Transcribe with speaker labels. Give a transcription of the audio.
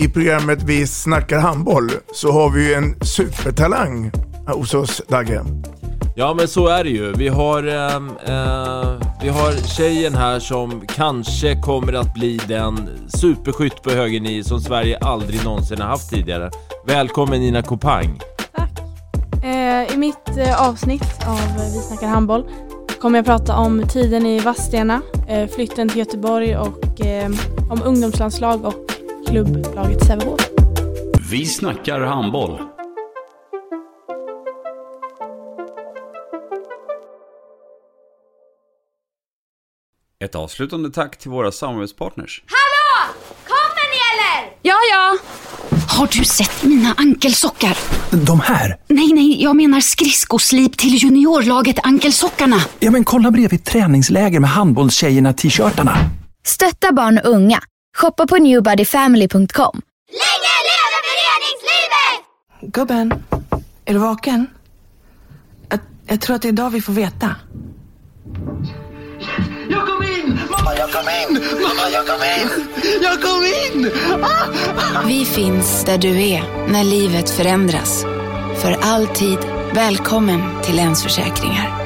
Speaker 1: i programmet Vi snackar handboll så har vi ju en supertalang hos oss Dagge.
Speaker 2: Ja men så är det ju. Vi har, ehm, eh, vi har tjejen här som kanske kommer att bli den superskytt på höger nio som Sverige aldrig någonsin har haft tidigare. Välkommen Nina Kopang.
Speaker 3: Eh, I mitt eh, avsnitt av eh, Vi snackar handboll kommer jag prata om tiden i Vadstena, eh, flytten till Göteborg och eh, om ungdomslandslag och klubblaget Sävehof.
Speaker 4: Vi snackar handboll. Ett avslutande tack till våra samarbetspartners.
Speaker 5: Hallå! Kommer ni eller?
Speaker 6: Ja, ja!
Speaker 7: Har du sett mina ankelsockar?
Speaker 8: De här?
Speaker 7: Nej, nej, jag menar skridskoslip till juniorlaget Ankelsockarna.
Speaker 8: Ja, men kolla bredvid träningsläger med handbollstjejerna-t-shirtarna.
Speaker 6: Stötta barn och unga. Shoppa på newbodyfamily.com.
Speaker 5: Länge leve föreningslivet!
Speaker 9: Gubben, är du vaken? Jag, jag tror att det är idag vi får veta.
Speaker 10: Jag kom in! Mamma, jag kom in! Mamma, jag kom in! Jag kom in! Ah!
Speaker 7: Vi finns där du är när livet förändras. För alltid välkommen till Länsförsäkringar.